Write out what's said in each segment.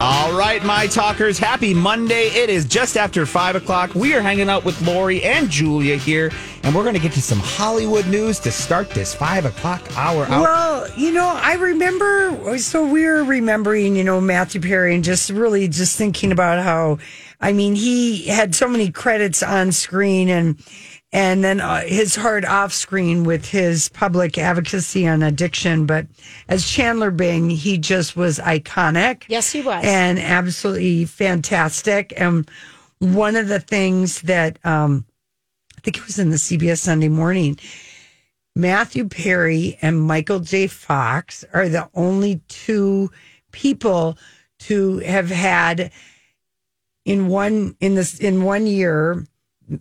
All right, my talkers, happy Monday. It is just after 5 o'clock. We are hanging out with Lori and Julia here, and we're going to get to some Hollywood news to start this 5 o'clock hour out. Well, you know, I remember. So we were remembering, you know, Matthew Perry, and just really just thinking about how, I mean, he had so many credits on screen, and and then uh, his heart off screen with his public advocacy on addiction. But as Chandler Bing, he just was iconic. Yes, he was. and absolutely fantastic. And one of the things that um, I think it was in the CBS Sunday Morning. Matthew Perry and Michael J. Fox are the only two people to have had in one in this in one year.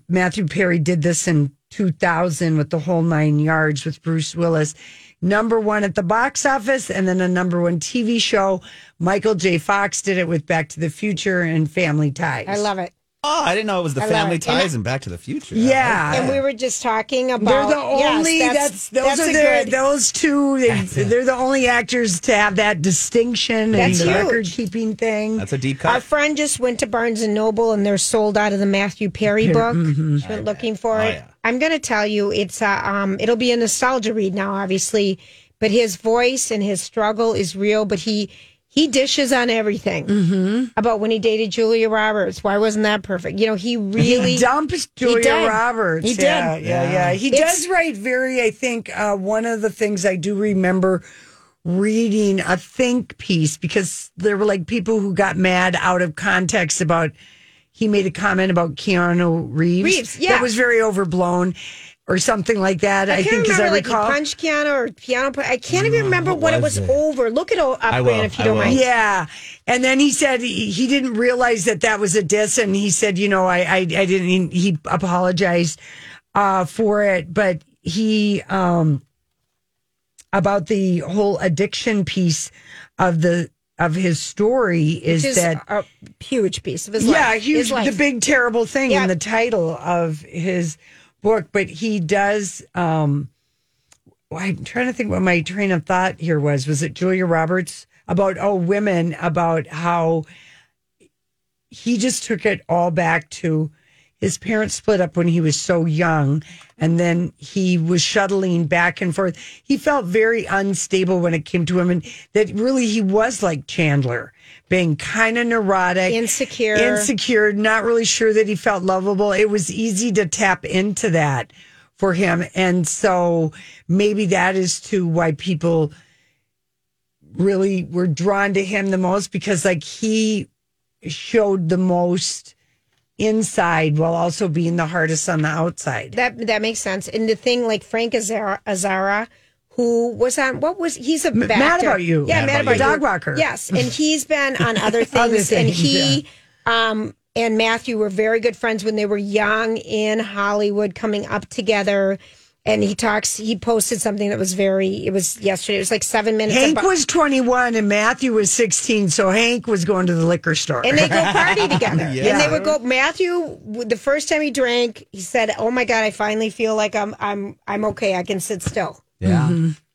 Matthew Perry did this in 2000 with the whole nine yards with Bruce Willis. Number one at the box office, and then a number one TV show. Michael J. Fox did it with Back to the Future and Family Ties. I love it. oh, I didn't know it was the love Family it. Ties and, Back to the Future. Yeah, And we were just talking about. They're the only Yes, that's, those that's are a their, good- those two. They, they're the only actors to have that distinction That's and the huge. record keeping thing. That's a deep Our cut. friend just went to Barnes and Noble and they're sold out of the Matthew Perry book. mm-hmm. She went looking for Oh, it. yeah. I'm going to tell you, it's uh, um, it'll be a nostalgia read now, obviously, but his voice and his struggle is real. But he he dishes on everything Mm-hmm. about when he dated Julia Roberts. Why wasn't that perfect? You know, he really he dumped Julia did. Roberts. He did. Yeah, yeah, yeah. He It's- does write very. I think uh, one of the things I do remember reading a think piece because there were like people who got mad out of context about he made a comment about Keanu Reeves. Reeves, yeah. that was very overblown. Or something like that. I, I, can't think, remember as I like recall, he punched Keanu or piano. I can't even remember Mm-hmm. what what, it was was it? over. Look it o- up, I will, Brand, if you I don't will. mind. Yeah. And then he said he, he didn't realize that that was a diss. And he said, you know, I, I, I didn't, he apologized uh, for it. But he, um, about the whole addiction piece of the, of his story is, Which is that, a uh, huge piece of his yeah, life. huge, His life. the big terrible thing Yeah. in the title of his book. But he does, um, well, I'm trying to think what my train of thought here was. Was it Julia Roberts about oh women about how he just took it all back to his parents split up when he was so young and then he was shuttling back and forth. He felt very unstable when it came to women that really he was like Chandler, being kind of neurotic, Insecure. insecure, not really sure that he felt lovable. It was easy to tap into that for him. And so maybe that is too why people really were drawn to him the most because like he showed the most inside while also being the hardest on the outside. That that makes sense. And the thing like Frank Azara, Azara who was on what was he's a Mad actor. About You. Mad Yeah, About mad, about You. you. Dog walker. Yes, and he's been on other things, and things, he um and Matthew were very good friends when they were young in Hollywood coming up together. And he talks. He posted something that was very. It was yesterday. It was like seven minutes. Hank about- was 21 and Matthew was 16, so Hank was going to the liquor store. And they go party together. And Yeah. they would go. Matthew, w- the first time he drank, he said, "Oh my God, I finally feel like I'm I'm I'm okay. I can sit still." Yeah.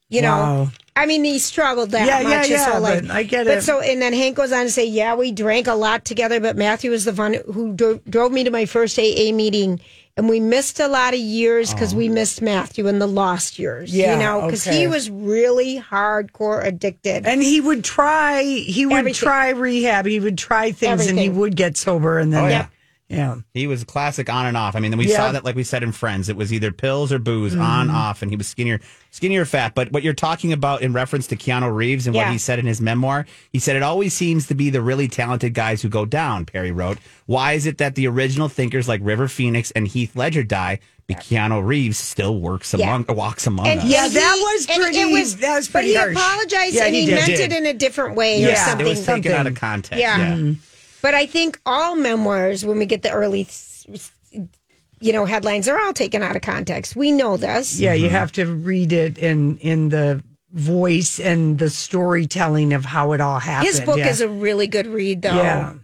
You Wow. know, I mean, he struggled that Yeah, much. yeah, and yeah, so, like, but I get but it. So, and then Hank goes on to say, "Yeah, we drank a lot together, but Matthew was the one who dro- drove me to my first AA meeting." And we missed a lot of years because we missed Matthew in the lost years, Oh. Yeah, you know, because okay. he was really hardcore addicted. and he would try, he would Everything. try rehab, he would try things and he Everything. Oh, would get sober and then yeah. yeah. Yeah. He was classic on and off. I mean, we Yeah. saw that, like we said in Friends, it was either pills or booze, on Mm-hmm. off, and he was skinnier, skinnier, fat. But what you're talking about in reference to Keanu Reeves and what Yeah. he said in his memoir, he said it always seems to be the really talented guys who go down. Perry wrote, "Why is it that the original thinkers like River Phoenix and Heath Ledger die, but Keanu Reeves still works Yeah. among walks among us?" Yeah, that was and pretty- that was pretty But he harsh. apologized Yeah, and he he, did. meant Did. it in a different way Yeah. or It something. it was taken out of something. context. Yeah. yeah. But I think all memoirs, when we get the early, you know, headlines, they're all taken out of context. We know this. Yeah, you have to read it in in the voice and the storytelling of how it all happened. His book yeah. is a really good read, though. yeah.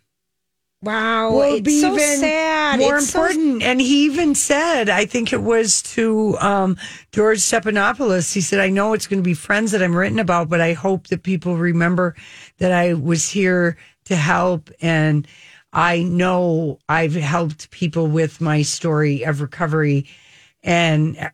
Wow, Well, it's be so even sad. More It's so- important, and he even said, I think it was to um, George Stephanopoulos. He said, "I know it's going to be friends that I'm written about, but I hope that people remember that I was here to help, and I know I've helped people with my story of recovery, and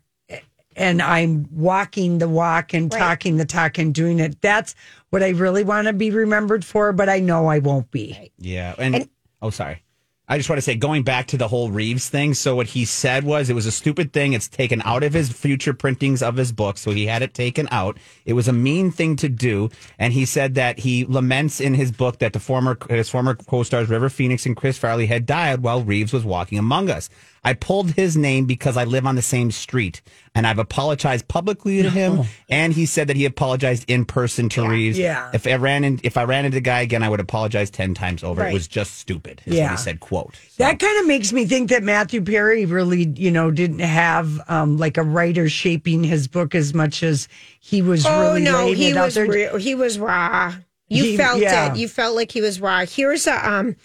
and I'm walking the walk and talking the talk and doing it. That's what I really want to be remembered for, but I know I won't be. Yeah. And, oh, sorry. I just want to say, going back to the whole Reeves thing. So, what he said was it was a stupid thing. It's taken out of his future printings of his book. So, he had it taken out. It was a mean thing to do. And he said that he laments in his book that the former, his former co stars, River Phoenix and Chris Farley, had died while Reeves was walking among us. I pulled his name because I live on the same street and I've apologized publicly to him. And he said that he apologized in person to Reeves. Yeah. If I ran in, if I ran into the guy again, I would apologize ten times over. It was just stupid. Is what Yeah. he said. Quote. So- That kind of makes me think that Matthew Perry really, you know, didn't have um, like a writer shaping his book as much as he was Oh really no, laying he it out was there. real. He was raw. You He- felt yeah. it. You felt like he was raw. Here's a um.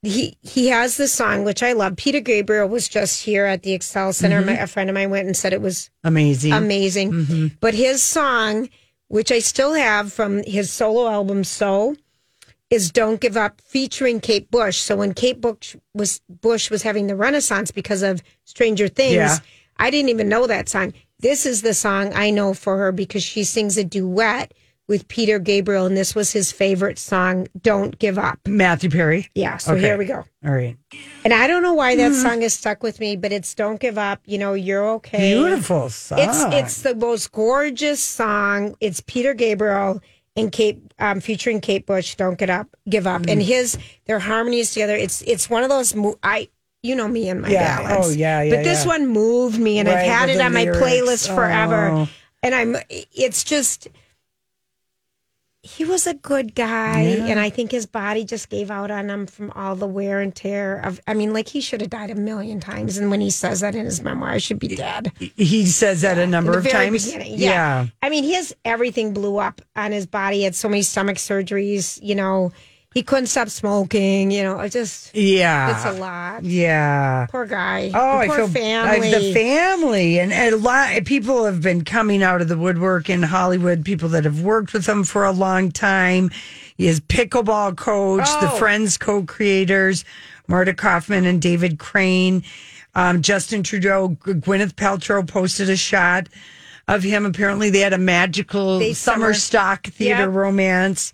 He he has this song which I love. Peter Gabriel was just here at the Excel Center. Mm-hmm. My, a friend of mine went and said it was Amazing. amazing. Mm-hmm. But his song, which I still have from his solo album So, is Don't Give Up featuring Kate Bush. So when Kate Bush was Bush was having the renaissance because of Stranger Things, Yeah. I didn't even know that song. This is the song I know for her because she sings a duet with Peter Gabriel and this was his favorite song, Don't Give Up. Matthew Perry. Yeah, so Okay. Mm-hmm. here we go. All right. And I don't know why that song is stuck with me, but it's Don't Give Up, you know, you're okay. Beautiful song. It's it's the most gorgeous song. It's Peter Gabriel and Kate um, featuring Kate Bush. Don't get up, give up, Mm. and his their harmonies together. It's it's one of those mo- I you know me and my Yeah. ballads. Oh, yeah, yeah, But this yeah. one moved me, and Right, I've had with it the on my lyrics. playlist forever. Oh. And I'm it's just. He was a good guy, and I think his body just gave out on him from all the wear and tear of. I mean, like he should have died a million times. And when he says that in his memoir, I should be dead he says that a number in of the very times. beginning, Yeah. I mean, his everything blew up on his body. He had so many stomach surgeries. You know, he couldn't stop smoking. You know, it just Yeah. it's a lot. Yeah. Poor guy. Oh, The I poor feel family. I, the family and, and a lot people have been coming out of the woodwork in Hollywood. People that have worked with him for a long time. His pickleball coach, the Oh. Friends co-creators, Marta Kaufman and David Crane, um, Justin Trudeau, G- Gwyneth Paltrow posted a shot of him. Apparently, they had a magical They summer summer- stock theater Yep. romance.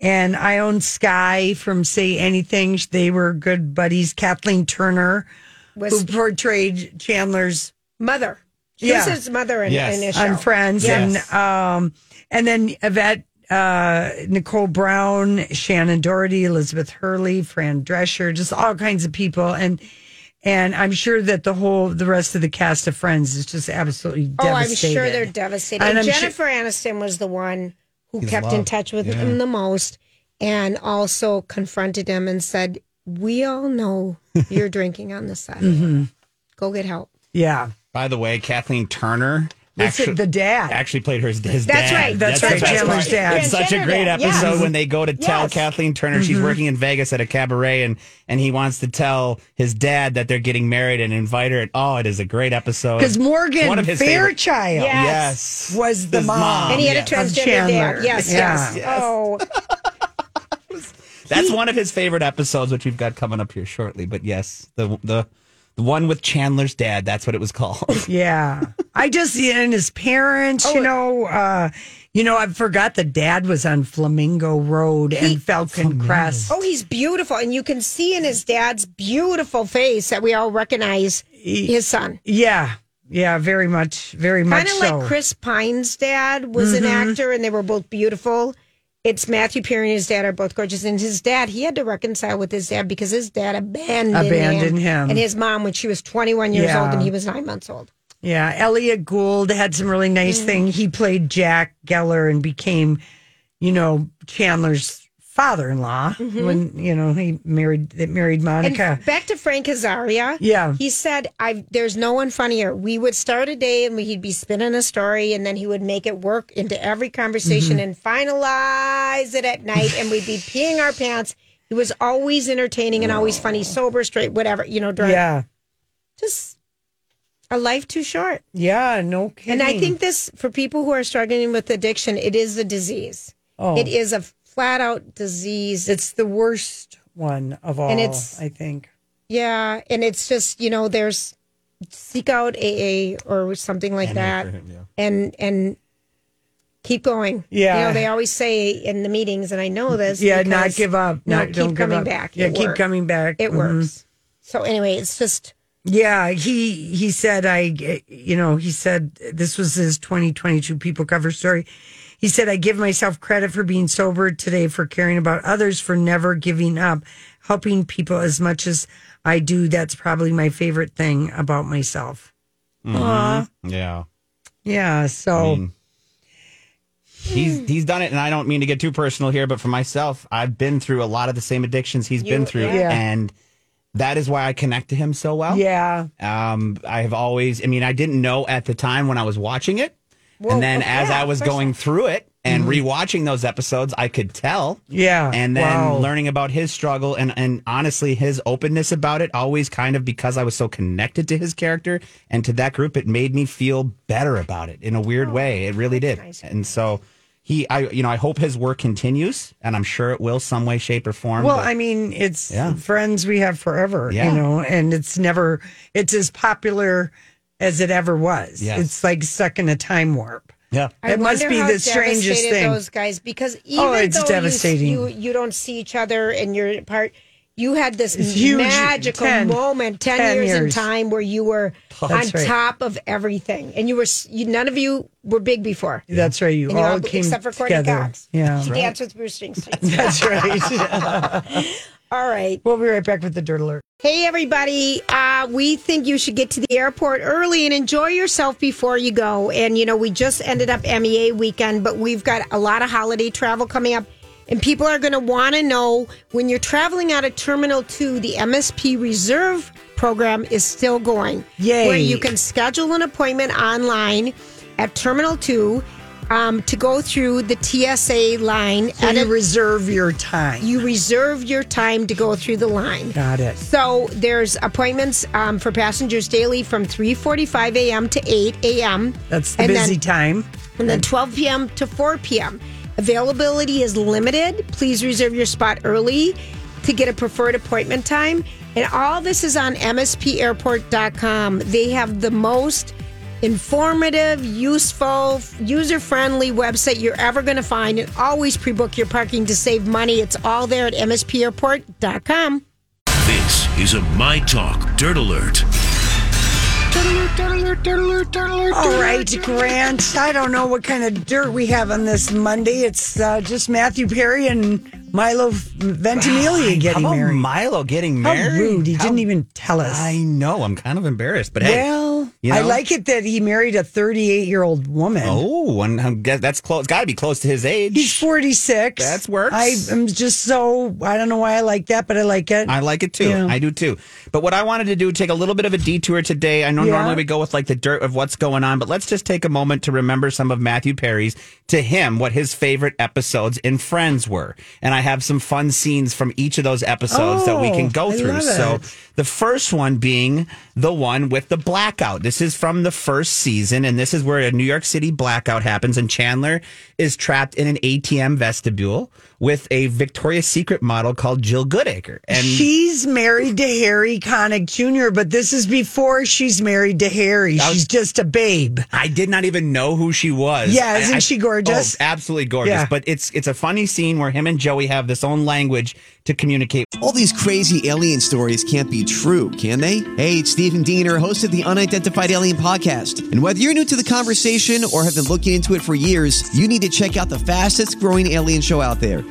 And I own Sky from Say Anything. They were good buddies. Kathleen Turner was who portrayed Chandler's mother. She was Yeah. his mother in, Yes. in his show. on Friends, Yes. and um, and then Yvette, uh, Nicole Brown, Shannon Doherty, Elizabeth Hurley, Fran Drescher, just all kinds of people, and and I'm sure that the whole the rest of the cast of Friends is just absolutely oh, I'm devastated. sure they're devastated. And And I'm sure- Jennifer Aniston was the one who His kept in love. touch with Yeah. him the most, and also confronted him and said, "We all know you're drinking on the side. Mm-hmm. Go get help." yeah. By the way, Kathleen Turner That's actu- it, the dad. actually played her his That's dad. right. That's right, the best Chandler's part. dad. It's such a Chandler great dad, episode yes. when they go to tell Yes. Kathleen Turner she's Mm-hmm. working in Vegas at a cabaret and and he wants to tell his dad that they're getting married and invite her. And, oh, it is a great episode. because Morgan One of his favorite- Fairchild Yes. was the His mom. And he had Um, yes. a Of transgender Chandler. dad. Yes, Yeah. yes, Oh, That's one of his favorite episodes, which we've got coming up here shortly. But yes, the the the one with Chandler's dad. That's what it was called. Oh, Yeah. I just, and his parents, you know, uh, You know, I forgot the dad was on Flamingo Road and Falcon Crest. Oh, he's beautiful. And you can see in his dad's beautiful face that we all recognize his son. Yeah, yeah, very much, very much Kind of so. Mm-hmm. like Chris Pine's dad was an actor and they were both beautiful. It's Matthew Perry and his dad are both gorgeous. And his dad, he had to reconcile with his dad because his dad abandoned, Abandoned him. And his mom when she was 21 years Yeah. old and he was nine months old. Yeah, Elliot Gould had some really nice thing. He played Jack Geller and became, you know, Chandler's father-in-law when you know he married that married Mm-hmm. And Monica. back to Frank Azaria. Yeah. He said, I've, there's no one funnier. We would start a day and we, he'd be spinning a story and then he would make it work into every conversation Mm-hmm. and finalize it at night and we'd be peeing our pants. He was always entertaining and always funny, sober, straight, whatever, you know, during yeah, just a life too short. yeah, no kidding. And I think this, for people who are struggling with addiction, it is a disease. Oh. It is a flat out disease. it's the worst one of all. it's- I think. Yeah, and it's just you know there's seek out AA or something like that, and and keep going. Yeah. you know they always say in the meetings, and I know this. Yeah, not because- give up. No, Not- keep don't give coming up. back. Yeah, It keep works. coming back. It Mhm. works. So anyway, it's just Yeah, he he said I you know, he said this was his 2022 people cover story. He said I give myself credit for being sober today for caring about others for never giving up, helping people as much as I do. That's probably my favorite thing about myself. Aw. Yeah. Yeah, so Mm. He's he's done it, and I don't mean to get too personal here, but for myself, I've been through a lot of the same addictions he's been through, yeah. and that is why I connect to him so well. yeah. Um, I have always, I mean, I didn't know at the time when I was watching it, Well, and then okay, as yeah, Mm-hmm. I was of course. going through it and rewatching those episodes, I could tell. Yeah. and then Wow. learning about his struggle and, and honestly his openness about it always kind of because i was so connected to his character and to that group it made me feel better about it in a Oh, weird way it really did and so he i you know i hope his work continues and i'm sure it will some way shape or form Well, but- I mean, it's Yeah. friends we have forever, Yeah. you know, and it's never it's as popular as it ever was. Yes. It's like stuck in a time warp. yeah I It must wonder be how the strangest devastated thing. Those guys, because even Oh, it's though devastating. You, you you don't see each other and you're apart. You had this It's huge. magical 10, moment, ten, 10 years, in years. time, where you were on right. top of everything, and you were s- you, none of you were big before. That's right. You And all you're all- came except for Courtney together. Cox. Yeah, She danced with Bruce Springsteen. that's right. All right. we'll be right back with the dirt alert. Hey, everybody. Uh, we think you should get to the airport early and enjoy yourself before you go. And, you know, we just ended up MEA weekend, but we've got a lot of holiday travel coming up. And people are going to want to know when you're traveling out of Terminal 2, the MSP Reserve program is still going. Yay. Where you can schedule an appointment online at Terminal 2 um, to go through the TSA line. So and you reserve your time. you reserve your time to go through the line. Got it. So there's appointments um, for passengers daily from 3:45 a.m. to 8 a.m. That's the and busy then, time. and then 12 p.m. to 4 p.m. Availability is limited. Please reserve your spot early to get a preferred appointment time. And all this is on mspairport.com. They have the most informative, useful, user friendly website you're ever going to find. And always pre book your parking to save money. It's all there at mspairport.com. This is a My Talk Dirt Alert. All right, Grant. I don't know what kind of dirt we have on this Monday. It's uh, just Matthew Perry and Milo Ventimiglia getting How about married. milo getting How married rude. He How- didn't even tell us. i know i'm kind of embarrassed but hey well, you I know? like it that he married a 38 year old woman. oh and I'm, guess- that's close it's got to be close to his age He's 46. That's works. I am just so, I don't know why I like that, but I like it. I like it too. Yeah. I do too. But what I wanted to do, take a little bit of a detour today. I know Yeah. normally we go with like the dirt of what's going on, but let's just take a moment to remember some of Matthew Perry's, to him, what his favorite episodes in Friends were. And I have some fun scenes from each of those episodes that we Oh, can go I through. love So it. the first one being the one with the blackout. This This is from the first season, and this is where a New York City blackout happens, and Chandler is trapped in an ATM vestibule with a Victoria's Secret model called Jill Goodacre. And she's married to Harry Connick Jr., but this is before she's married to Harry. She's just a babe. I did not even know who she was. Yeah, I- isn't I- she gorgeous? Oh, absolutely gorgeous. Yeah. But it's it's a funny scene where him and Joey have this own language to communicate. All these crazy alien stories can't be true, can they? Hey, it's Stephen Diener, host of the Unidentified Alien Podcast. And whether you're new to the conversation or have been looking into it for years, you need to check out the fastest growing alien show out there,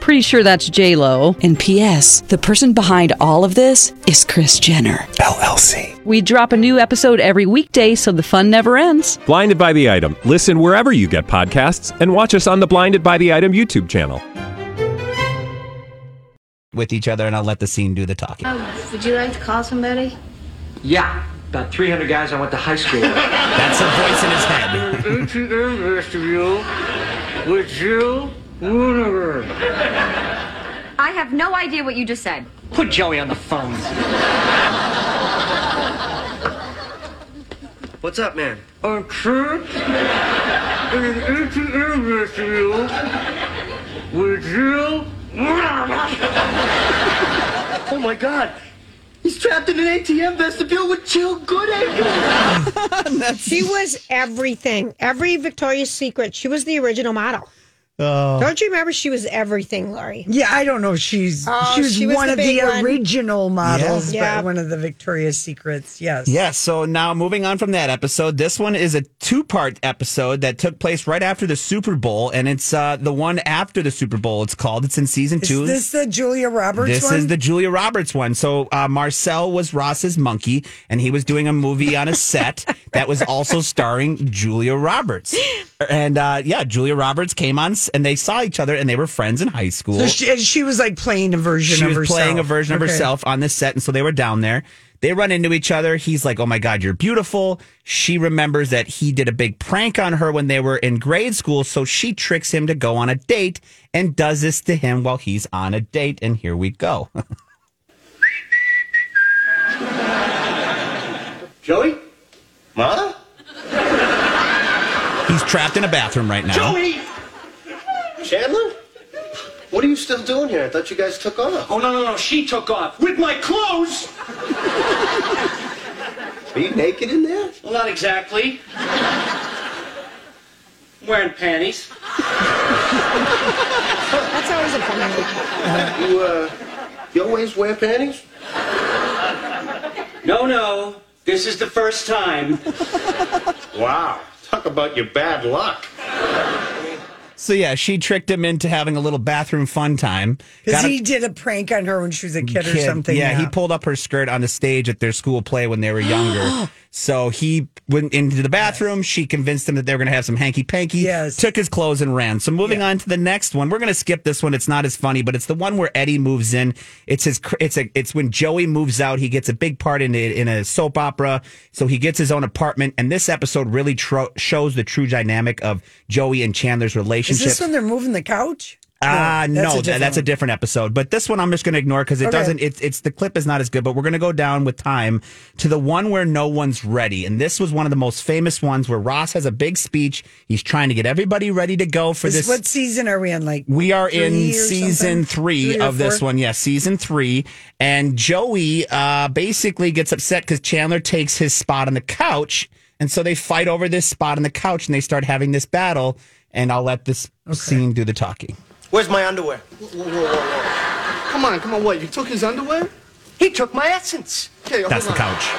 Pretty sure that's J Lo. And P.S. The person behind all of this is Chris Jenner. LLC. We drop a new episode every weekday, so the fun never ends. Blinded by the item. Listen wherever you get podcasts, and watch us on the Blinded by the Item YouTube channel. with each other, and I'll let the scene do the talking. Um, Would you like to call somebody? Yeah, about 300 guys I went to high school with. That's a voice in his head. ATM vestibule with Jill Wooner. I have no idea what you just said. Put Joey on the phone. What's up, man? A trip in an ATM vestibule with Jill Wooner. Oh my god! He's trapped in an ATM vestibule with Jill Goodacre! She was everything. Every Victoria's Secret. She was the original model. Oh. Don't you remember? She was everything, Laurie. Yeah, I don't know. if She's Oh, she, was she was one the of the big one. original models, Yeah. but one of the Victoria's Secrets. Yes. Yeah, so now moving on from that episode, this one is a two part episode that took place right after the Super Bowl, and it's uh, the one after the Super Bowl, it's called. It's in season Is two. this the Julia Roberts This one? is the Julia Roberts one. So uh, Marcel was Ross's monkey, and he was doing a movie on a set that was also starring Julia Roberts. And uh, yeah, Julia Roberts came on, s- and they saw each other, and they were friends in high school. So she, and she was like playing a version she of was herself. playing a version of Okay. herself on this set, and so they were down there. They run into each other. He's like, "Oh my God, you're beautiful." She remembers that he did a big prank on her when they were in grade school, so she tricks him to go on a date and does this to him while he's on a date. And here we go. Joey? Ma? he's trapped in a bathroom right now. Joey! Chandler? What are you still doing here? I thought you guys took off. Oh, no, no, no. She took off. With my clothes! are you naked in there? Well, not exactly. I'm wearing panties. That's always a fun one. You, uh, you always wear panties? No, no. This is the first time. wow. Talk about your bad luck. So yeah, she tricked him into having a little bathroom fun time. Because Got a he did a prank on her when she was a kid, or kid- something. Yeah, he pulled up her skirt on the stage at their school play when they were younger. so he went into the bathroom. She convinced him that they were going to have some hanky panky. Yes. Took his clothes and ran. So moving on to the next one, we're going to skip this one. It's not as funny, but it's the one where Eddie moves in. It's his. cr- It's a. It's when Joey moves out. He gets a big part in it in a soap opera. So he gets his own apartment. And this episode really tro- shows the true dynamic of Joey and Chandler's Is relationship. this when they're moving the couch? Ah, no, that's, a, that's a different different episode. But this one I'm just going to ignore because it Okay. doesn't. It's it's the clip is not as good. But we're going to go down with time to the one where no one's ready, and this was one of the most famous ones where Ross has a big speech. He's trying to get everybody ready to go for one. this. This- What season are we in? Like we are three in or season something? three, Three or of this four? one. Yes, season three. And Joey uh, basically gets upset because Chandler takes his spot on the couch. And so they fight over this spot on the couch and they start having this battle. And I'll let this scene do the talking. Where's my underwear? Come on, come on, what? You took his underwear? He took my essence. Okay, That's the couch.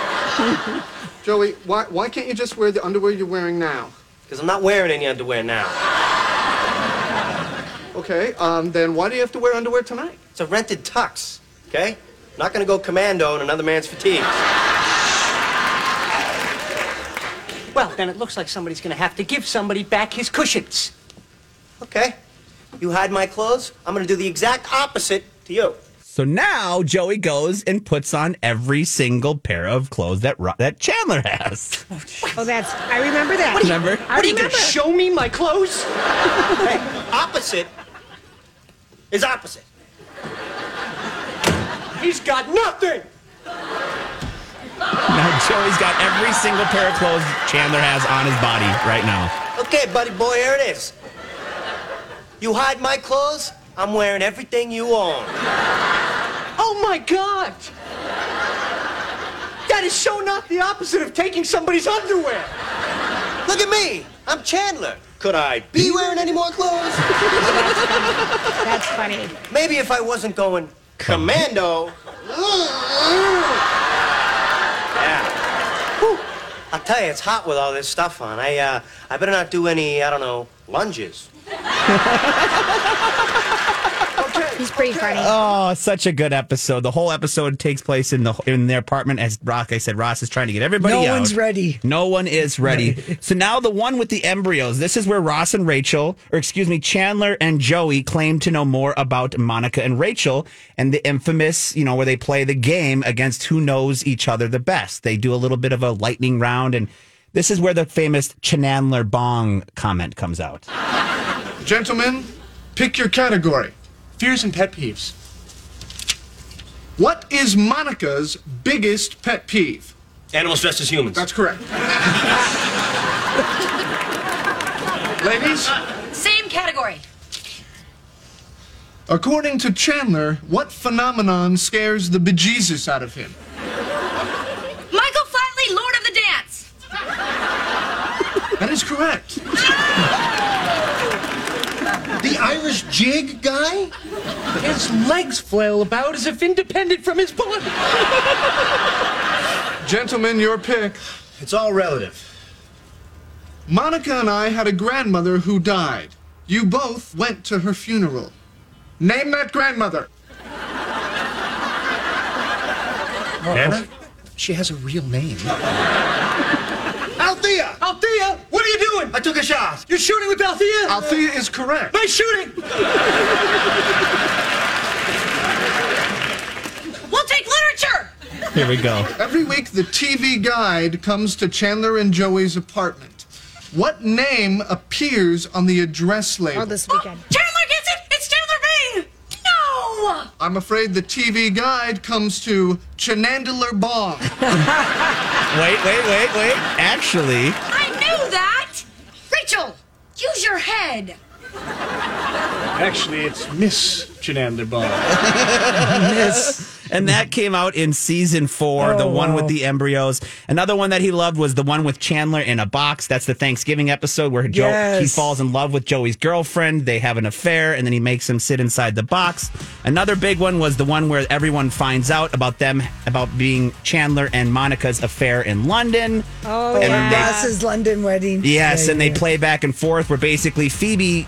Joey, why, why can't you just wear the underwear you're wearing now? Because I'm not wearing any underwear now. Okay, um, then why do you have to wear underwear tonight? It's a rented tux, okay? I'm not gonna go commando in another man's fatigues. Well, then it looks like somebody's going to have to give somebody back his cushions. Okay. You hide my clothes, I'm gonna do the exact opposite to you. So now Joey goes and puts on every single pair of clothes that Ro- that Chandler has. Oh, that's. I remember that. What do you- Remember? I What are you gonna remember. show me my clothes? hey, opposite is opposite. He's got nothing. Now Joey's got every single pair of clothes Chandler has on his body right now. Okay, buddy boy, here it is. You hide my clothes, I'm wearing everything you own. Oh my God! That is so not the opposite of taking somebody's underwear. Look at me. I'm Chandler. Could I be wearing any more clothes? That's funny. Maybe if I wasn't going commando. yeah. Whew. I'll tell you, it's hot with all this stuff on. I uh, I better not do any, I don't know, lunges. He's pretty funny. Oh, such a good episode. The whole episode takes place in the in their apartment as Rock. I said Ross is trying to get everybody No out. one's ready. No one is ready. so now the one with the embryos. This is where Ross and Rachel, or excuse me, Chandler and Joey claim to know more about Monica and Rachel and the infamous, you know, where they play the game against who knows each other the best. They do a little bit of a lightning round and this is where the famous Chandler Bong comment comes out. Gentlemen, pick your category. Fears and pet peeves. What is Monica's biggest pet peeve? Animals dressed as humans. That's correct. Ladies, Same category. according to Chandler, what phenomenon scares the bejesus out of him? Michael Flatley, Lord of the Dance. That is correct. The Irish jig guy? His legs flail about as if independent from his body. Gentlemen, your pick. It's all relative. Monica and I had a grandmother who died. You both went to her funeral. Name that grandmother. Anna? She has a real name. Althea! Althea! What are you doing? I took a shot. You're shooting with Althea? Althea is correct. Nice shooting! We'll take literature. Here we go. Every week, the TV guide comes to Chandler and Joey's apartment. What name appears on the address label? Oh, this weekend. Chandler gets it. It's Chandler Bing. No. I'm afraid the TV guide comes to Chandler Bong. Wait, wait, wait, wait. Actually, I knew that. Rachel, use your head. Actually, it's Miss Chandler And that came out in season four, the one Oh. with the embryos. Another one that he loved was the one with Chandler in a box. That's the Thanksgiving episode where Joe he Yes. falls in love with Joey's girlfriend. They have an affair, and then he makes him sit inside the box. Another big one was the one where everyone finds out about them about being Chandler and Monica's affair in London. Oh, And yeah. they- Ross's London wedding. Yes, Yeah, and yeah. they play back and forth where basically Phoebe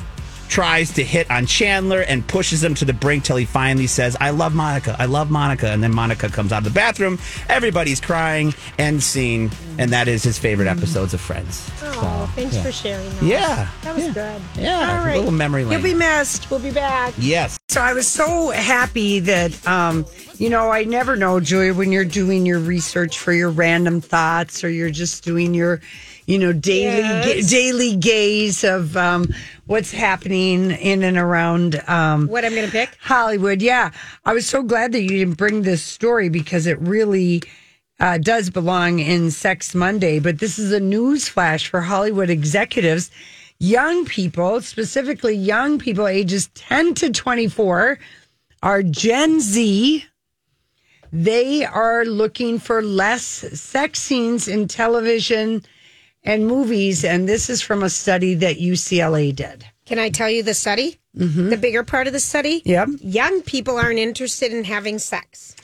tries to hit on Chandler and pushes him to the brink till he finally says, I love Monica, I love Monica. And then Monica comes out of the bathroom, everybody's crying, end scene. And that is his favorite episodes of Friends. Oh, thanks yeah. for sharing that. Yeah, That was good. Yeah. All right. Little memory You'll lane. be missed. We'll be back. Yes. So I was so happy that, um, you know, I never know, Julia, when you're doing your research for your random thoughts or you're just doing your, you know, daily ga- Yes. daily gaze of um, what's happening in and around. Um, What I'm going to pick? Hollywood. Yeah. I was so glad that you didn't bring this story because it really uh, does belong in Sex Monday. But this is a news flash for Hollywood executives, young people, specifically young people ages 10 to 24, are Gen Z. They are looking for less sex scenes in television and movies. And this is from a study that UCLA did. Can I tell you the study? Mm-hmm. The bigger part of the study? Yep. Young people aren't interested in having sex.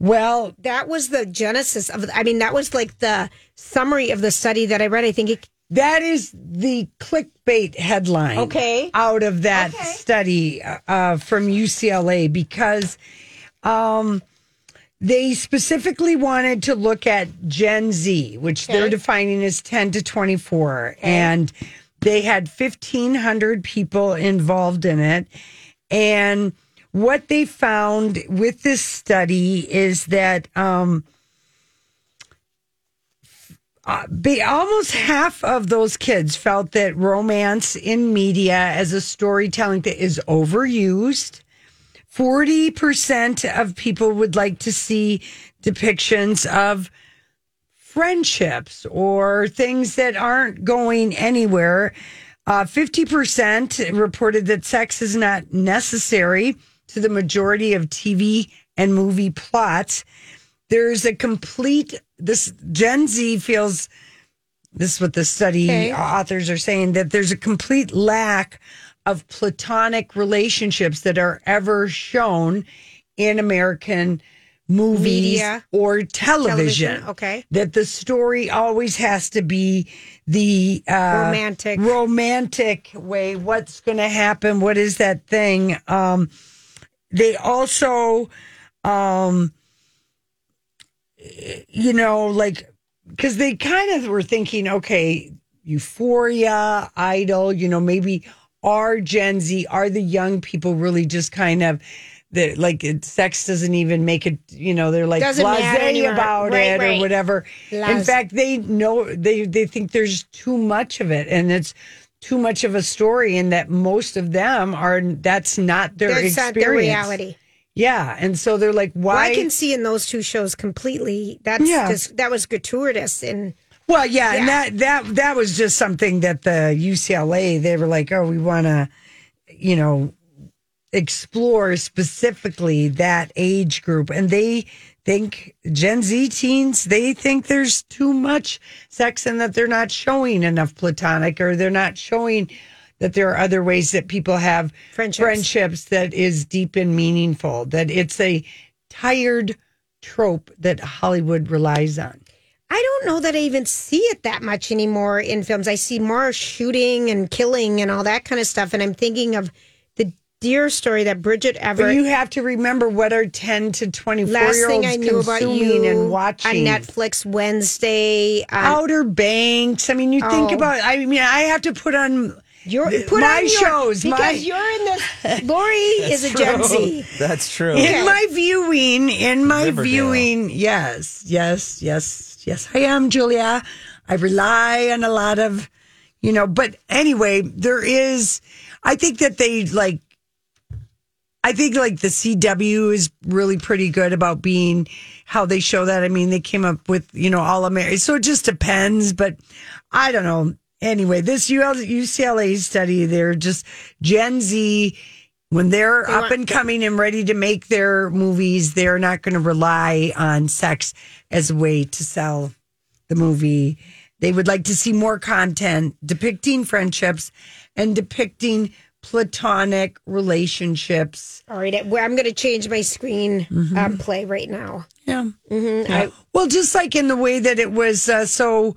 Well, that was the genesis of, I mean, that was like the summary of the study that I read. I think it, That is the clickbait headline. Okay. Out of that uh, study uh, from UCLA because um, They specifically wanted to look at Gen Z, which they're defining as 10 to 24. And they had 1,500 people involved in it. And what they found with this study is that um, uh, be, almost half of those kids felt that romance in media as a storytelling that is overused. 40% of people would like to see depictions of friendships or things that aren't going anywhere. Uh, 50% reported that sex is not necessary to the majority of TV and movie plots. There's a complete, this Gen Z feels, this is what the study Okay. authors are saying, that there's a complete lack of platonic relationships that are ever shown in American movies Media. or television Okay. that the story always has to be the uh, Romantic. romantic way. What's going to happen? What is that thing? Um, they also, um, you know, like because they kind of were thinking, okay, Euphoria, Idol, you know, maybe are Gen Z, are the young people really just kind of. The, like it, sex doesn't even make it, you know. They're like Doesn't matter blasé anymore. about Right, it right. or whatever. In Lies. fact, they know they they think there's too much of it, and it's too much of a story, and that most of them are that's not their That's not experience. their reality. Yeah, and so they're like, why? Well, I can see in those two shows completely. That's Yeah. just that was gratuitous and Well, yeah, and that that that was just something that the UCLA they were like, oh, we want to, you know, explore specifically that age group, and they think Gen Z teens they think there's too much sex and that they're not showing enough platonic or they're not showing that there are other ways that people have Friendships. friendships that is deep and meaningful that it's a tired trope that Hollywood relies on. I don't know that I even see it that much anymore in films. I see more shooting and killing and all that kind of stuff, and I'm thinking of the deer story that Bridget But Everett. you have to remember what are 10 to 24 last year thing olds I knew about consuming you and watching. Oh, on Netflix Wednesday. uh, on- Outer Banks. I mean, you think Oh. about, I mean, I have to put on your, put put my on your- shows. because my, you're in this. Lori is a Gen Z. That's true. In my viewing, in my Oh. Riverdale. viewing, yes, yes, yes, yes, I am, Julia. I rely on a lot of, you know, but anyway, there is, I think that they like, I think like the CW is really pretty good about being how they show that. I mean, they came up with, you know, all America. So it just depends, but I don't know. Anyway, this UL UCLA study, they're just Gen Z when they're They up want- and coming and ready to make their movies, they're not going to rely on sex as a way to sell the movie. They would like to see more content depicting friendships and depicting platonic relationships. All right, well, I'm going to change my screen Mm-hmm. uh, play right now. Yeah. Mm-hmm. I, Well, just like in the way that it was uh, so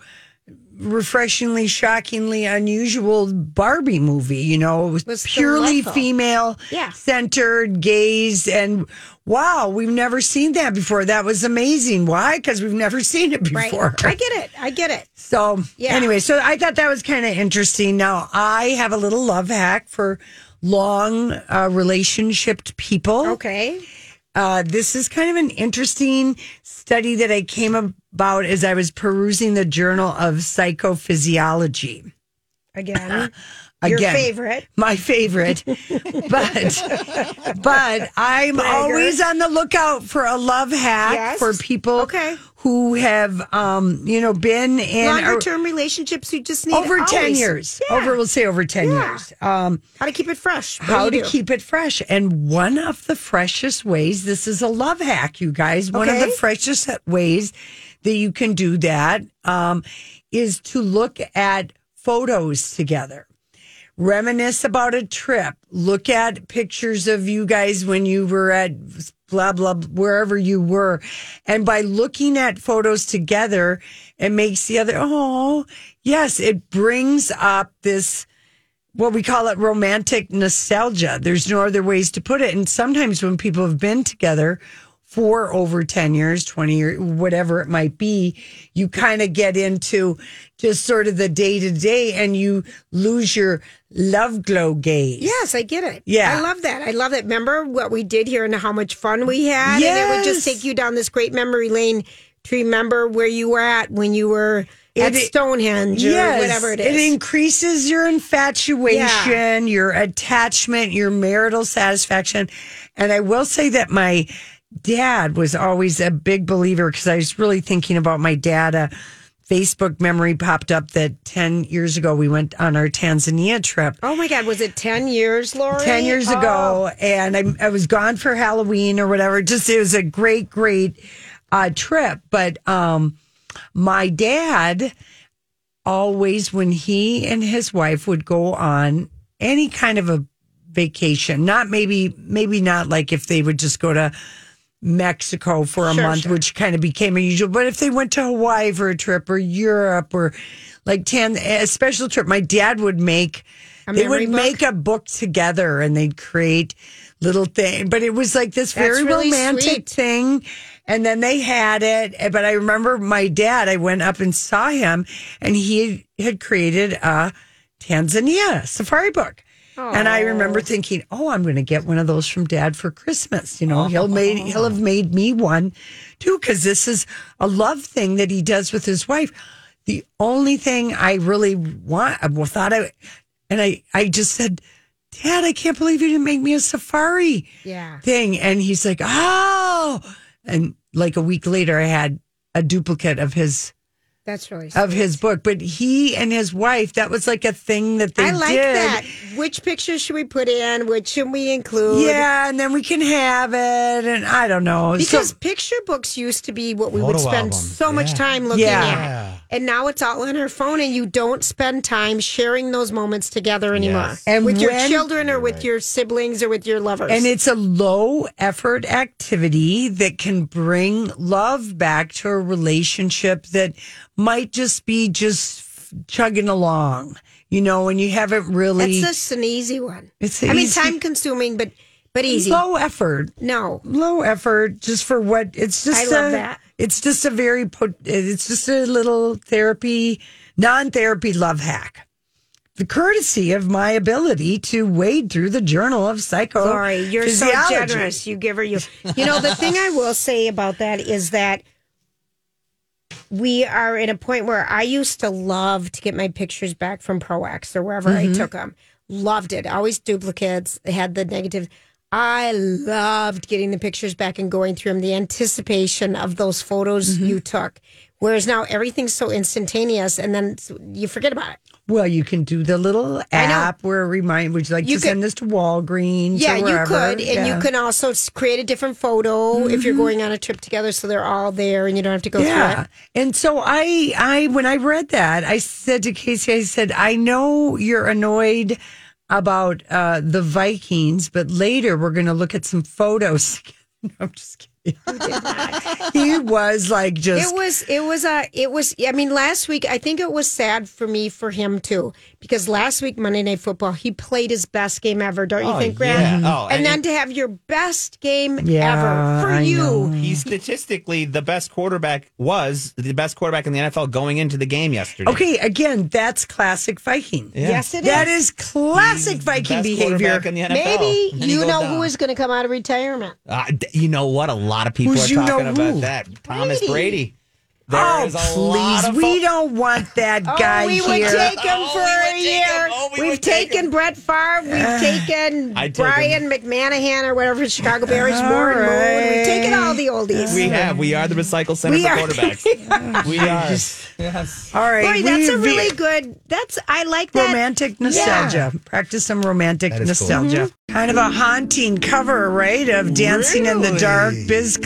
refreshingly, shockingly unusual Barbie movie, you know, it was, Was purely delightful. female Yeah. centered gaze. And wow, we've never seen that before. That was amazing. Why? Because we've never seen it right. before. I get it. I get it. So Yeah. anyway, so I thought that was kind of interesting. Now I have a little love hack for long uh, relationshiped people. Okay. Uh, this is kind of an interesting study that I came about as I was perusing the Journal of Psychophysiology. Again. Your Again, favorite. my favorite, but but I'm Bragger. always on the lookout for a love hack Yes. for people who have um you know been in a- Longer term relationships who just need over 10 always- years Yeah. over we'll say over 10 Yeah. years um How to keep it fresh. What do how you to do? keep it fresh and one of the freshest ways this is a love hack you guys one of the Okay. freshest ways that you can do that um is to look at photos together reminisce about a trip look at pictures of you guys when you were at blah blah wherever you were and by looking at photos together it makes the other oh yes it brings up this what we call it romantic nostalgia. There's no other ways to put it. And sometimes when people have been together for over 10 years, 20 years, whatever it might be, you kind of get into just sort of the day to day and you lose your love glow gaze. Yes, I get it. Yeah. I love that. I love that. Remember what we did here and how much fun we had? And it would just Yes. take you down this great memory lane to remember where you were at when you were at It- Stonehenge or Yes, whatever it is. It increases your infatuation, your attachment, your marital satisfaction. And I will say that my dad was always a big believer because I was really thinking about my dad. A Facebook memory popped up that 10 years ago we went on our Tanzania trip. oh my God, was it 10 years, Lori? 10 years Oh. ago and I, I was gone for halloween or whatever just it was a great great uh, trip but um my dad always when he and his wife would go on any kind of a vacation not maybe maybe not like if they would just go to Mexico for a Sure, month, sure. which kind of became unusual. But if they went to Hawaii for a trip or Europe or like tan a special trip, my dad would make A they memory would book? make a book together and they'd create little thing. But it was like this That's very really romantic sweet. thing. And then they had it. Eh, But I remember my dad, I went up and saw him and he had created a Tanzania safari book. And I remember thinking, "Oh, I'm going to get one of those from Dad for Christmas." You know, Oh. he'll made he'll have made me one too because this is a love thing that he does with his wife. The only thing I really want, I thought I, and I, I just said, "Dad, I can't believe you didn't make me a safari Yeah. thing." And he's like, "Oh," and like a week later, I had a duplicate of his That's really of sweet. his book. But he and his wife, that was like a thing that they I like did. that. Which picture should we put in? Which should we include? Yeah, and then we can have it, and I don't know. Because so, picture books used to be what we would Photo spend album. so much Yeah. time looking Yeah. at. And now it's all on our phone, and you don't spend time sharing those moments together anymore. Yes. And with your when- children or with your siblings or with your lovers. and it's a low effort activity that can bring love back to a relationship that might just be just chugging along, you know, and you haven't really. That's just an easy one. It's I mean, easy. time consuming, but but easy. Low effort. No. Low effort just for what it's just I love a- that. It's just a very put it's just a little therapy, non-therapy love hack. The courtesy of my ability to wade through the journal of psycho. Lori, you're so physiology. generous. You give her you. You know, the thing I will say about that is that we are at a point where I used to love to get my pictures back from ProX or wherever I Mhm. took them. Loved it. Always duplicates. Had the negative. I loved getting the pictures back and going through them. The anticipation of those photos you took. Whereas now everything's so instantaneous, and then you forget about it. Well, you can do the little app where it remind would you like You to could- send this to Walgreens? Yeah, or you wherever? could, Yeah. and you can also s- create a different photo if Mm-hmm. you're going on a trip together, so they're all there, and you don't have to go through yeah. it. And so I, I, when I read that, I said to Casey, I said, I know you're annoyed about uh, the Vikings, but later we're going to look at some photos. I'm just kidding. he was like just It was, it was a, it was. I mean, last week I think it was sad for me for him too because last week Monday Night Football he played his best game ever, don't you Oh, think, Grant? yeah. Oh, and, and then it- to have your best game Yeah, ever for I you, know. He statistically the best quarterback was the best quarterback in the NFL going into the game yesterday. okay. Again, that's classic Viking. Yeah. Yes, it That is. is classic Viking best behavior. quarterback in the NFL. maybe And then he you goes know down. who is going to come out of retirement. Uh, d- you know what? A lot of people Who's are you know talking about who? that. Thomas Brady. Brady. Oh, There's a lot please. of We don't want that guy oh, we here. would take him Oh, for we would a take year. him. Oh, we We've would take taken Brett Favre. We've taken I'd take Brian McManahan or whatever Chicago Bears Warren Moon. We've taken all the oldies. We have. We are the recycle center We for are. quarterbacks. we are. yes. All right. Lori, that's a we've- really good. That's I like that. romantic Yeah. Mm-hmm. nostalgia. Practice some romantic is cool. nostalgia. Kind of a haunting cover, right? Of Dancing in the Dark, Biz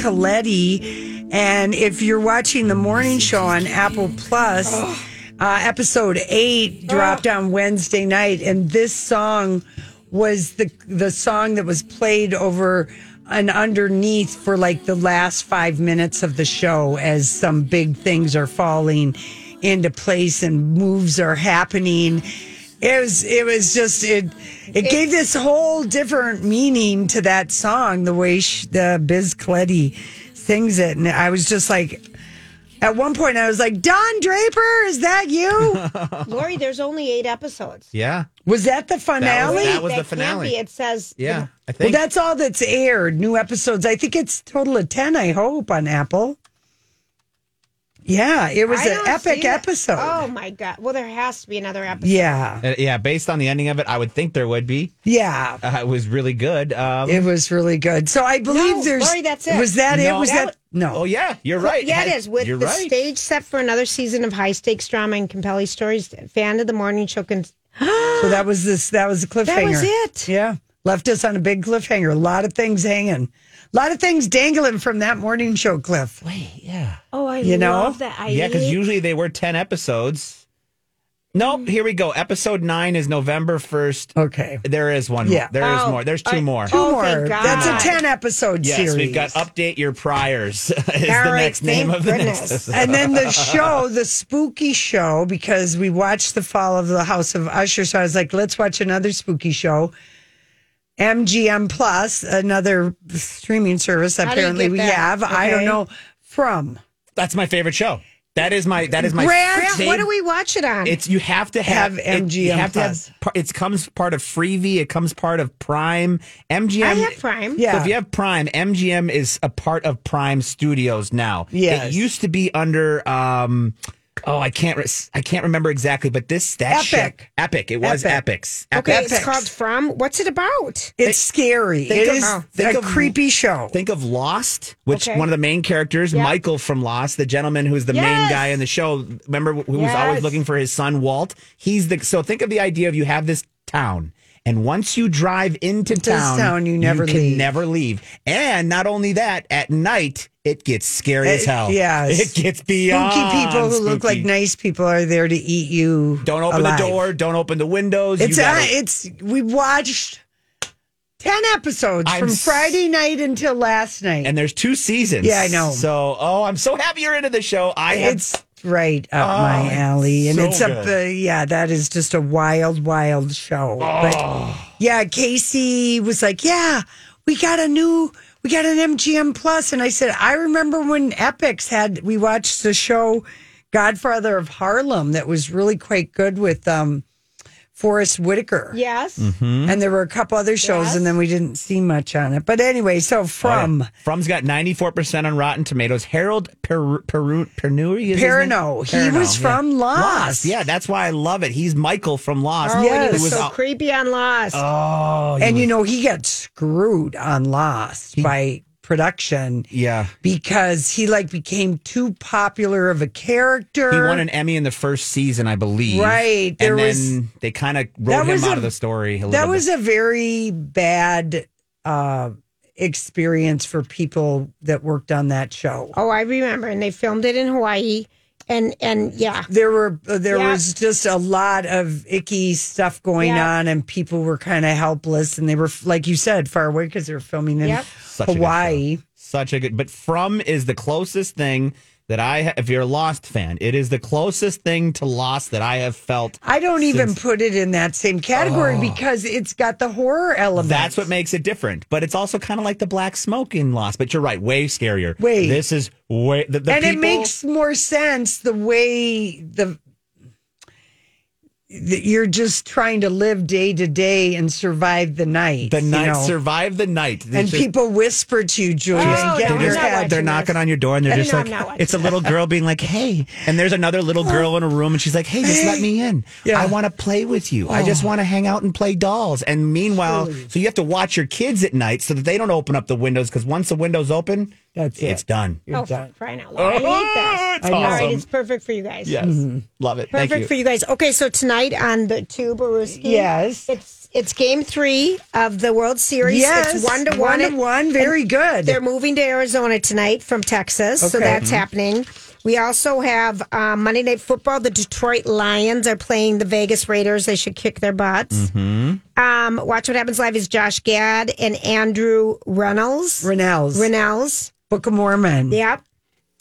Coletti. And if you're watching the morning show on Apple Plus, Oh. uh, episode eight dropped on Wednesday night, and this song was the the song that was played over and underneath for like the last five minutes of the show as some big things are falling into place and moves are happening It was it was just it it, gave this whole different meaning to that song the way sh the Biz Cleddy sings it and I was just like at one point I was like Don Draper is that you Lori, there's only eight episodes. Yeah. was that the finale that was the can't finale. be. It says Yeah, I well think. that's all that's aired new episodes I think it's total of ten I hope on Apple yeah it was I an don't see epic that- episode Oh my god! Well, there has to be another episode. yeah Uh, yeah, based on the ending of it, I would think there would be. yeah Uh, it was really good. Um, it was really good so I believe No, there's Lori, that's it. was that it No. was That that no oh yeah, you're Well, right. Yeah, Had- it is. With you're the right. stage set for another season of high stakes drama and compelling stories, fan of the morning show can. So that was this. That was a cliffhanger. That was it. Yeah, left us on a big cliffhanger. A lot of things hanging, a lot of things dangling from that morning show cliff. Wait, yeah, Oh, I You know? love that. I yeah, because hate- usually they were ten episodes. Nope, here we go. Episode nine is November first. Okay, There is one. Oh. Yeah. more. there is Oh, more. There's two I- more. two Oh, more. thank God. That's a ten episode Yes, series. we've got update your priors. is the All right, next name thank of the next. goodness. Episode. and then the show, the spooky show, because we watched the fall of the House of Usher. So I was like, let's watch another spooky show. MGM Plus, another streaming service. do you Apparently, get we that? have. I don't Okay. know from. That's my favorite show. That is my. That is my. Grant, Grant, favorite- what do we watch it on? It's you have to have, Have it- you MGM have to Plus. have. par- It comes part of Freevee. It comes part of Prime. MGM. I have Prime. Yeah. So if you have Prime, MGM is a part of Prime Studios now. Yes. It used to be under um oh I can't re- I can't remember exactly, but this that Epic. shit- Epic. It was Epic. Epics. Okay, Epic. it's called From. What's it about? It's scary. think It of- is think a of- creepy show. Think of Lost, which Okay. one of the main characters, Yeah. Michael from Lost, the gentleman who's the main Yes. guy in the show. Remember who was always Yes. looking for his son Walt? He's the so think of the idea of you have this town. And once you drive into this town, town, you never can leave. never leave. And not only that, at night it gets scary as Uh, hell. yes. it gets beyond Spooky people who look spooky. like nice people are there to eat you. Don't open alive. the door. Don't open the windows. It's you gotta- uh, it's we watched ten episodes I'm from s- Friday night until last night. and there's two seasons. Yeah, I know. So, oh, I'm so happy you're into the show. I have it's right up Oh, my alley, and so it's up. good. Uh, yeah, that is just a wild, wild show. But Oh. yeah, Casey was like, "Yeah, we got a new, we got an MGM Plus," and I said, "I remember when Epics had we watched the show Godfather of Harlem that was really quite good with um Forrest Whitaker." Yes. Mm-hmm. And there were a couple other shows, and then we didn't see much on it. But anyway, so from Oh, yeah. From's got 94% on Rotten Tomatoes. Harold Peru, Peru, Pernuri is his name? Perrineau, he yeah. was from Lost. Yeah, that's why I love it. He's Michael from Lost. Oh, and Yes. he was, It was so out- creepy on Lost. Oh, and you know he got screwed on Lost by production yeah. because he like became too popular of a character. He won an Emmy in the first season, I believe. Right, there and then was- they kind of That wrote him was out a- of the story. A that little was bit. a very bad uh, experience for people that worked on that show. Oh, I remember. And they filmed it in Hawaii. And and yeah, There were uh, there Yeah. was just a lot of icky stuff going Yeah. on, and people were kind of helpless, and they were like you said, far away because they were filming in Yep. Such a good Hawaii. Such a good. But From is the closest thing that I, ha- if you're a Lost fan, it is the closest thing to Lost that I have felt. I don't even since- Oh. put it in that same category because it's got the horror element. That's what makes it different. But it's also kind of like the black smoke in Lost. But you're right, way scarier. Way. This is way. The, the and it people- makes more sense the way the, that you're just trying to live day to day and survive the night. the you night know? survive the night. It's and just- people whisper to you, Julia, Oh, get no, in your no, head. no, They're knocking on your door and they're just No, like, I'm not watching it's a little girl being like, hey. And there's another little girl in a room and she's like, hey, just let me in. Yeah. Oh. I want to play with you. I just want to hang out and play dolls. And meanwhile, so you have to watch your kids at night so that they don't open up the windows because once the windows open, That's it's it. done. Oh, You're oh, done. crying out loud. I hate It's this. All right, awesome. it's perfect for you guys. Yes. Mm-hmm. Love it. Thank Perfect you. for you guys. Okay, so tonight on the Tube Baruski. Yes. It's it's game three of the World Series. Yes, It's one to one one. to one, very And good. Uh, They're moving to Arizona tonight from Texas. So Okay. Mm-hmm. that's happening. We also have um, Monday Night Football. The Detroit Lions are playing the Vegas Raiders. They should kick their butts. Mm-hmm. Um, Watch What Happens Live is Josh Gad and Andrew Reynolds. Rennell's Reynolds. Book of Mormon. Mm-hmm. Yep.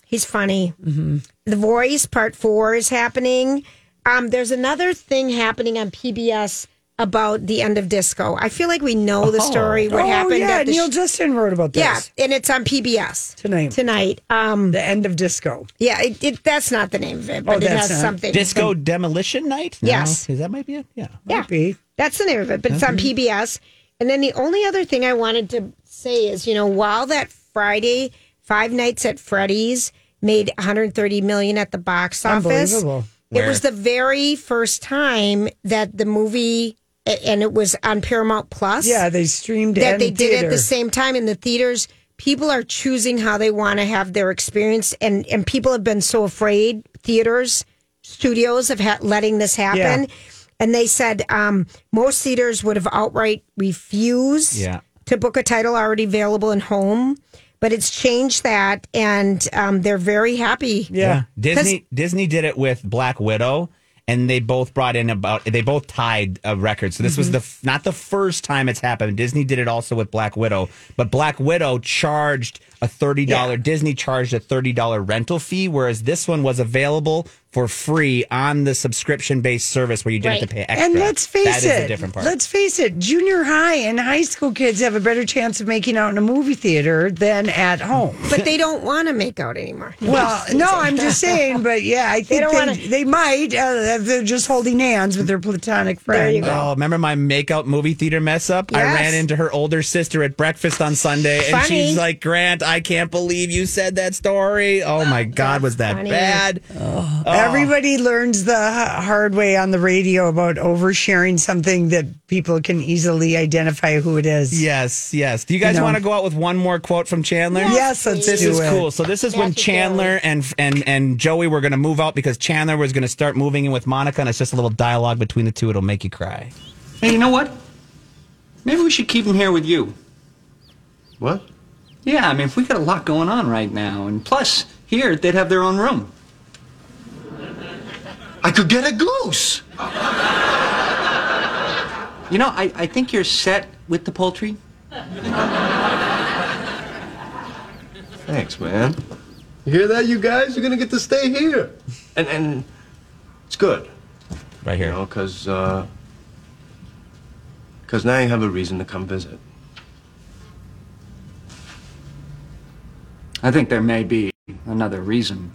He's funny. The Voice Part 4 is happening. Um, there's another thing happening on PBS about the end of disco. I feel like we know the story. What oh, happened? Yeah, at the Neil sh- Justin wrote about this. Yeah, and it's on PBS tonight. Tonight, um, the end of disco. Yeah, it, it, that's not the name of it, Oh, but it that's has not- something. Disco Demolition Night? No. Yes. Is that might be it? Yeah. Yeah, that's the name of it, but it's on PBS. And then the only other thing I wanted to say is, you know, while that Friday Five Nights at Freddy's made 130 million at the box office, Unbelievable. it was the very first time that the movie, a- and it was on Paramount Plus. Yeah, they streamed it that in they did at theater. the same time in the theaters. People are choosing how they want to have their experience, and and people have been so afraid. Theaters, studios have ha- letting this happen, and they said um, most theaters would have outright refused Yeah. to book a title already available in home. But it's changed that, and um, they're very happy. Disney Disney did it with Black Widow and they both brought in about they both tied a record. So this Mm-hmm. was the f- not the first time it's happened. Disney did it also with Black Widow, but Black Widow charged a $30 Disney charged a $30 rental fee whereas this one was available for free on the subscription-based service where you didn't have to pay extra. And let's face That is it, the different part. let's face it, junior high and high school kids have a better chance of making out in a movie theater than at home. But they don't want to make out anymore. Well, no, I'm just saying, but yeah, I think don't they, wanna- they might. Uh, if they're just holding hands with their platonic friend. Oh, remember my makeout movie theater mess up? I Yes. ran into her older sister at breakfast on Sunday, and Funny. she's like, "Grant, I can't believe you said that story. Oh my God, was that funny. bad?" Oh. Oh. Everybody learns the h- hard way on the radio about oversharing something that people can easily identify who it is. Yes, yes. Do you guys No. want to go out with one more quote from Chandler? Yes, let's this do is it. cool. So this is when Chandler and and and Joey were going to move out because Chandler was going to start moving in with Monica, and it's just a little dialogue between the two. It'll make you cry. Hey, you know what? Maybe we should keep him here with you. What? Yeah, I mean, if we got a lot going on right now, and plus, here they'd have their own room. I could get a goose. you know, I, I think you're set with the poultry. Thanks, man. You hear that, you guys? You're gonna get to stay here, and and it's good. Right here, you know, because now you have a reason to come visit. I think there may be another reason.